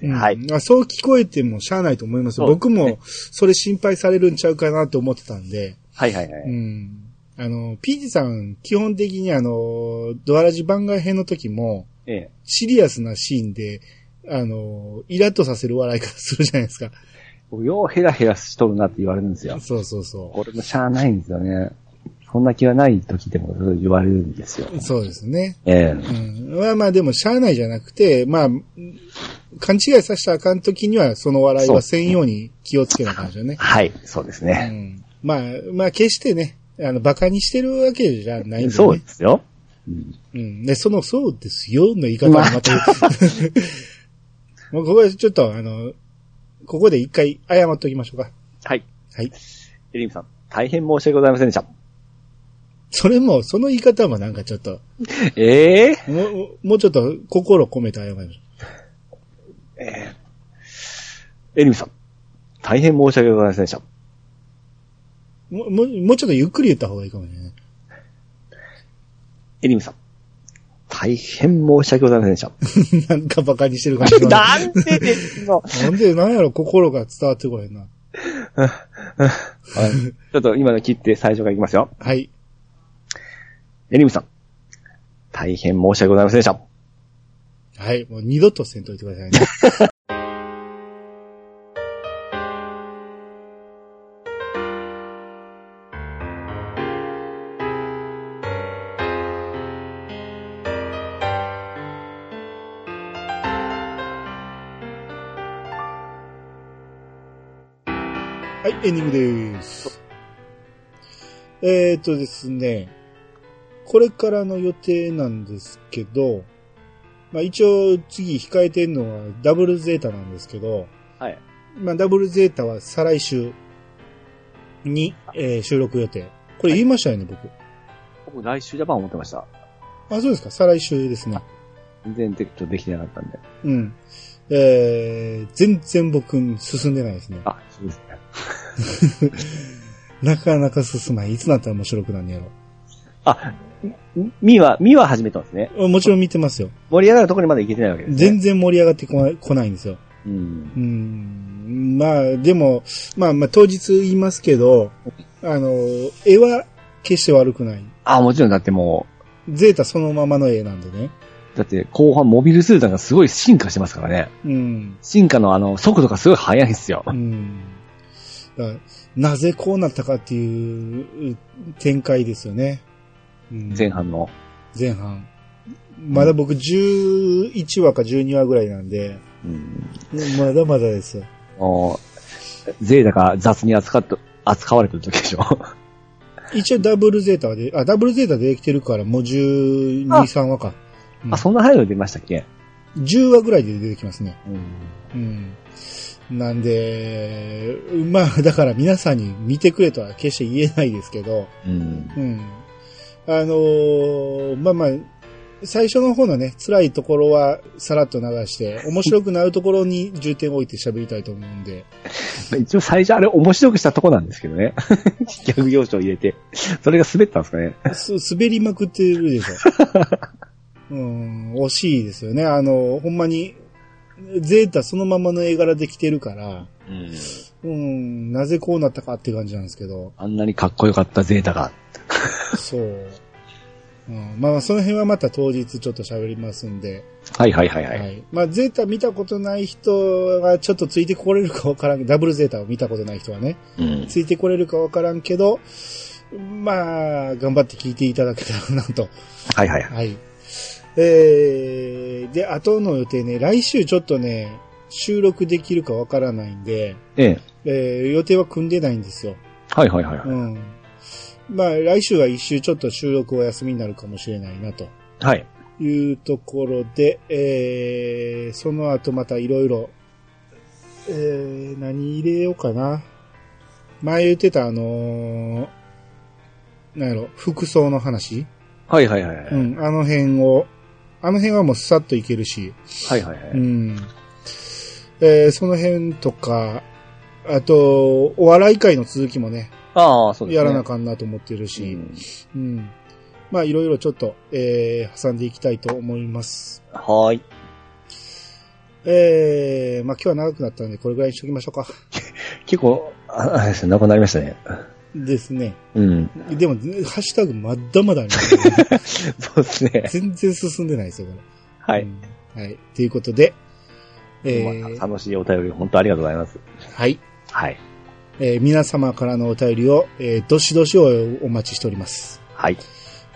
Speaker 1: うん
Speaker 2: はい。
Speaker 1: まあそう聞こえてもしゃあないと思います。
Speaker 2: そうです
Speaker 1: 僕もそれ心配されるんちゃうかなと思ってたんで、
Speaker 2: はいはいは
Speaker 1: う
Speaker 2: い。
Speaker 1: ん。あの、ピーチさん、基本的にあの、ドアラジ番外編の時も、
Speaker 2: ええ。
Speaker 1: シリアスなシーンで、あの、イラッとさせる笑い方するじゃないですか。
Speaker 2: 僕ようヘラヘラしとるなって言われるんですよ。
Speaker 1: そうそうそう。
Speaker 2: これもしゃあないんですよね。そんな気はない時でも言われるんですよ。
Speaker 1: そうですね。
Speaker 2: ええ
Speaker 1: うん。まあまあでも、しゃあないじゃなくて、まあ、勘違いさせたらあかんときには、その笑いはせんように気をつけなあかんでしょうね。
Speaker 2: はい、そうです
Speaker 1: う
Speaker 2: ね。
Speaker 1: ん。まあ、まあ決してね、あの、馬鹿にしてるわけじゃないんで、ね。
Speaker 2: そうですよ。うん
Speaker 1: うん。で、その、そうですよ、の言い方がまた、
Speaker 2: [laughs]
Speaker 1: もうここでちょっと、あの、ここで一回謝っておきましょうか。
Speaker 2: はい。
Speaker 1: はい。
Speaker 2: エリムさん、大変申し訳ございませんでした。
Speaker 1: それも、その言い方もなんかちょっと、
Speaker 2: ええ
Speaker 1: もう、もうちょっと心込めて謝りましょ
Speaker 2: エリムさん、大変申し訳ございませんでした。
Speaker 1: う。もう、もうもうちょっとゆっくり言った方がいいかもしれない。
Speaker 2: エリムさん、大変申し訳ございません [laughs] でし
Speaker 1: [laughs]
Speaker 2: た。
Speaker 1: なんか馬鹿にしてる感じ。な
Speaker 2: [laughs] なんでですの
Speaker 1: んで、なんやろ、心が伝わってこへんな。
Speaker 2: はいちょっと今の切って最初からいきますよ。
Speaker 1: はい。
Speaker 2: エリムさん、大変申し訳ございませんでした。
Speaker 1: はい。もう二度とせんといてくださいね。はい、エンディングです。えーとですね、これからの予定なんですけど、まあ一応次控えてんのはダブルゼータなんですけど、
Speaker 2: はい。
Speaker 1: まあダブルゼータは再来週に、えー収録予定。これ言いましたよね、
Speaker 2: 僕来週ジャパン思ってました。
Speaker 1: 僕。あ、そうですか、再来週ですね。
Speaker 2: 全然テクトできてなかったんで。
Speaker 1: うん。えー、全然僕進んでないですね。
Speaker 2: あ、そうですね。
Speaker 1: なかなか進まない。いつになったら面白くなんねや
Speaker 2: あ、みみは、みは始めたんですね。
Speaker 1: ろ。もちろん見てますよ。
Speaker 2: 盛り上がるところにまだ行けてないわけです、ね。
Speaker 1: 全然盛り上がってこないこないんですよ。
Speaker 2: うん
Speaker 1: う。ん。まあ、でも、まあまあ当日言いますけど、あの、絵は決して悪くない。
Speaker 2: あ、もちろんだっても
Speaker 1: ゼータそのままの絵なんでね。
Speaker 2: う、だって後半モビルスーツがすごい進化してますからね。
Speaker 1: うん。
Speaker 2: 進化のあの、速度がすごい速いんですよ
Speaker 1: う。ん。だからなぜこうなったかっていうう展開ですよね。うん
Speaker 2: 前。半の。
Speaker 1: 前半。まだ僕11話か12話ぐらいなんで、
Speaker 2: うん。
Speaker 1: まだまだですよ。
Speaker 2: もう、ゼータが雑に扱っと、扱われてる時でしょ。
Speaker 1: 一応ダブルゼータはで、あ、ダブルゼータできてるからもう12、
Speaker 2: あ
Speaker 1: 3話か。うん
Speaker 2: あ、そんな早いの出ましたっけ
Speaker 1: 10話ぐらいで出てきますね。
Speaker 2: うん。
Speaker 1: うん。なんで、まあだから皆さんに見てくれとは決して言えないですけど、
Speaker 2: うん。
Speaker 1: うん。あのーまあまあ、最初の方のね、辛いところはさらっと流して、面白くなるところに重点を置いて喋りたいと思うんで、
Speaker 2: 一応最初あれ面白くしたとこなんですけどね。 [laughs] 逆要素を入れて。それが滑ったんですかね。
Speaker 1: す滑りまくってるでしょ。うん、惜しいですよね。あの、ほんまに、ゼータそのままの絵柄できてるから、
Speaker 2: うん。
Speaker 1: うん、なぜこうなったかって感じなんですけど、
Speaker 2: あんなにかっこよかったゼータが。
Speaker 1: そう。うん、まあまあ、その辺はまた当日ちょっと喋りますんで、
Speaker 2: はいはいはいはい。
Speaker 1: はい。まあ、ゼータ見たことない人がちょっとついてこれるかわからん、ダブルゼータを見たことない人はね、
Speaker 2: うん。
Speaker 1: ついてこれるかわからんけど、まあ、頑張って聞いていただけたらなと。
Speaker 2: はいはい。
Speaker 1: はい。えー、で、後の予定ね、来週ちょっとね、収録できるかわからないんで、
Speaker 2: ええ。
Speaker 1: えー、予定は組んでないんですよ。
Speaker 2: はいはいはいは
Speaker 1: う
Speaker 2: い。
Speaker 1: ん。まあ、来週は一週ちょっと収録お休みになるかもしれないなと。
Speaker 2: はい。
Speaker 1: というところで、えー、その後またいろいろ、えー、何入れようかな。前言ってたあのー、なんやろ、服装の話、
Speaker 2: はいはいはいはい。
Speaker 1: うん、あの辺を、あの辺はもうさっといけるし、
Speaker 2: はいはいは
Speaker 1: う
Speaker 2: い。
Speaker 1: ん。えー、その辺とか、あと、お笑い会の続きもね、
Speaker 2: ああ、そうです
Speaker 1: や
Speaker 2: ね。
Speaker 1: らなあかんなと思ってるし、
Speaker 2: うん
Speaker 1: うん。まあ、いろいろちょっと、えー、挟んでいきたいと思います。
Speaker 2: はーい。
Speaker 1: えー、まあ今日は長くなったので、これぐらいにしときましょうか。
Speaker 2: 結構、ああれですね、なくなりましたね。
Speaker 1: ですね。
Speaker 2: うん。
Speaker 1: でも、ハッシュタグまだまだありますね、
Speaker 2: [laughs] そうですね。
Speaker 1: 全然進んでないですよ、これ。
Speaker 2: は
Speaker 1: う
Speaker 2: い。
Speaker 1: んはい。ということで、え
Speaker 2: まあ
Speaker 1: ー、
Speaker 2: 楽しいお便り、本当ありがとうございます。
Speaker 1: はい。
Speaker 2: はい。
Speaker 1: えー皆様からのお便りを、えーどしどしおお待ちしております。
Speaker 2: はい。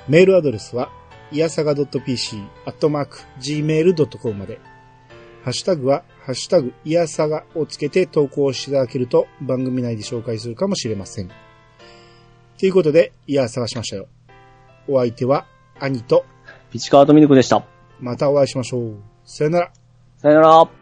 Speaker 1: メールアドレスは、いやさが .pc、アットマーク、gmail.com まで。ハッシュタグは、ハッシュタグ、いやさがをつけて投稿していただけると、番組内で紹介するかもしれません。ということで、いや探しましたよ。お相手は、兄と、
Speaker 2: ピチカートミルクでした。
Speaker 1: またお会いしましょう。さよなら。
Speaker 2: さよなら。